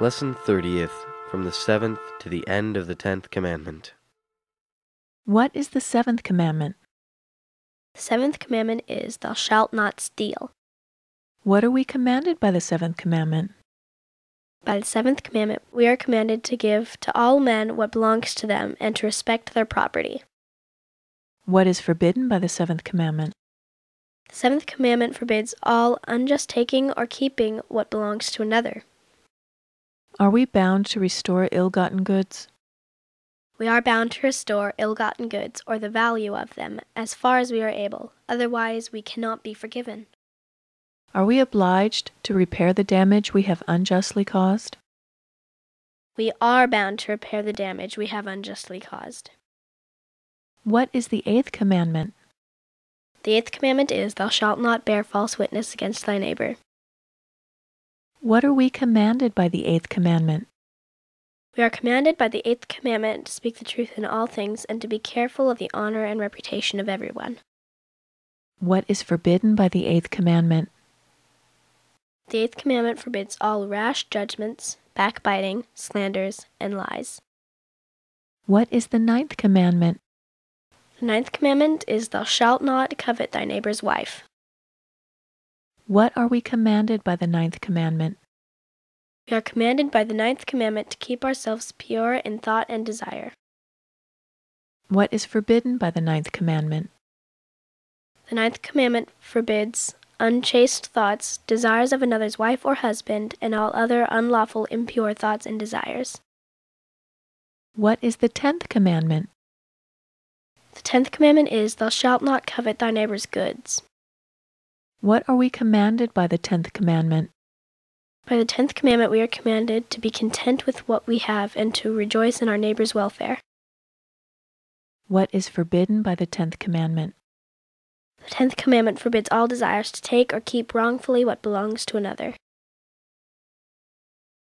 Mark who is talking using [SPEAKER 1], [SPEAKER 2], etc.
[SPEAKER 1] Lesson 30th from the seventh to the end of the tenth commandment.
[SPEAKER 2] What is the seventh commandment?
[SPEAKER 3] The seventh commandment is, Thou shalt not steal.
[SPEAKER 2] What are we commanded by the seventh commandment?
[SPEAKER 3] By the seventh commandment, we are commanded to give to all men what belongs to them and to respect their property.
[SPEAKER 2] What is forbidden by the seventh commandment?
[SPEAKER 3] The seventh commandment forbids all unjust taking or keeping what belongs to another.
[SPEAKER 2] Are we bound to restore ill gotten goods?
[SPEAKER 3] We are bound to restore ill gotten goods or the value of them as far as we are able, otherwise, we cannot be forgiven.
[SPEAKER 2] Are we obliged to repair the damage we have unjustly caused?
[SPEAKER 3] We are bound to repair the damage we have unjustly caused.
[SPEAKER 2] What is the eighth commandment?
[SPEAKER 3] The eighth commandment is, Thou shalt not bear false witness against thy neighbor.
[SPEAKER 2] What are we commanded by the eighth commandment?
[SPEAKER 3] We are commanded by the eighth commandment to speak the truth in all things and to be careful of the honor and reputation of everyone.
[SPEAKER 2] What is forbidden by the eighth commandment?
[SPEAKER 3] The eighth commandment forbids all rash judgments, backbiting, slanders, and lies.
[SPEAKER 2] What is the ninth commandment?
[SPEAKER 3] The ninth commandment is, Thou shalt not covet thy neighbor's wife.
[SPEAKER 2] What are we commanded by the ninth commandment?
[SPEAKER 3] We are commanded by the ninth commandment to keep ourselves pure in thought and desire.
[SPEAKER 2] What is forbidden by the ninth commandment?
[SPEAKER 3] The ninth commandment forbids unchaste thoughts, desires of another's wife or husband, and all other unlawful impure thoughts and desires.
[SPEAKER 2] What is the tenth commandment?
[SPEAKER 3] The tenth commandment is, Thou shalt not covet thy neighbor's goods.
[SPEAKER 2] What are we commanded by the tenth commandment?
[SPEAKER 3] By the tenth commandment, we are commanded to be content with what we have and to rejoice in our neighbor's welfare.
[SPEAKER 2] What is forbidden by the tenth commandment?
[SPEAKER 3] The tenth commandment forbids all desires to take or keep wrongfully what belongs to another.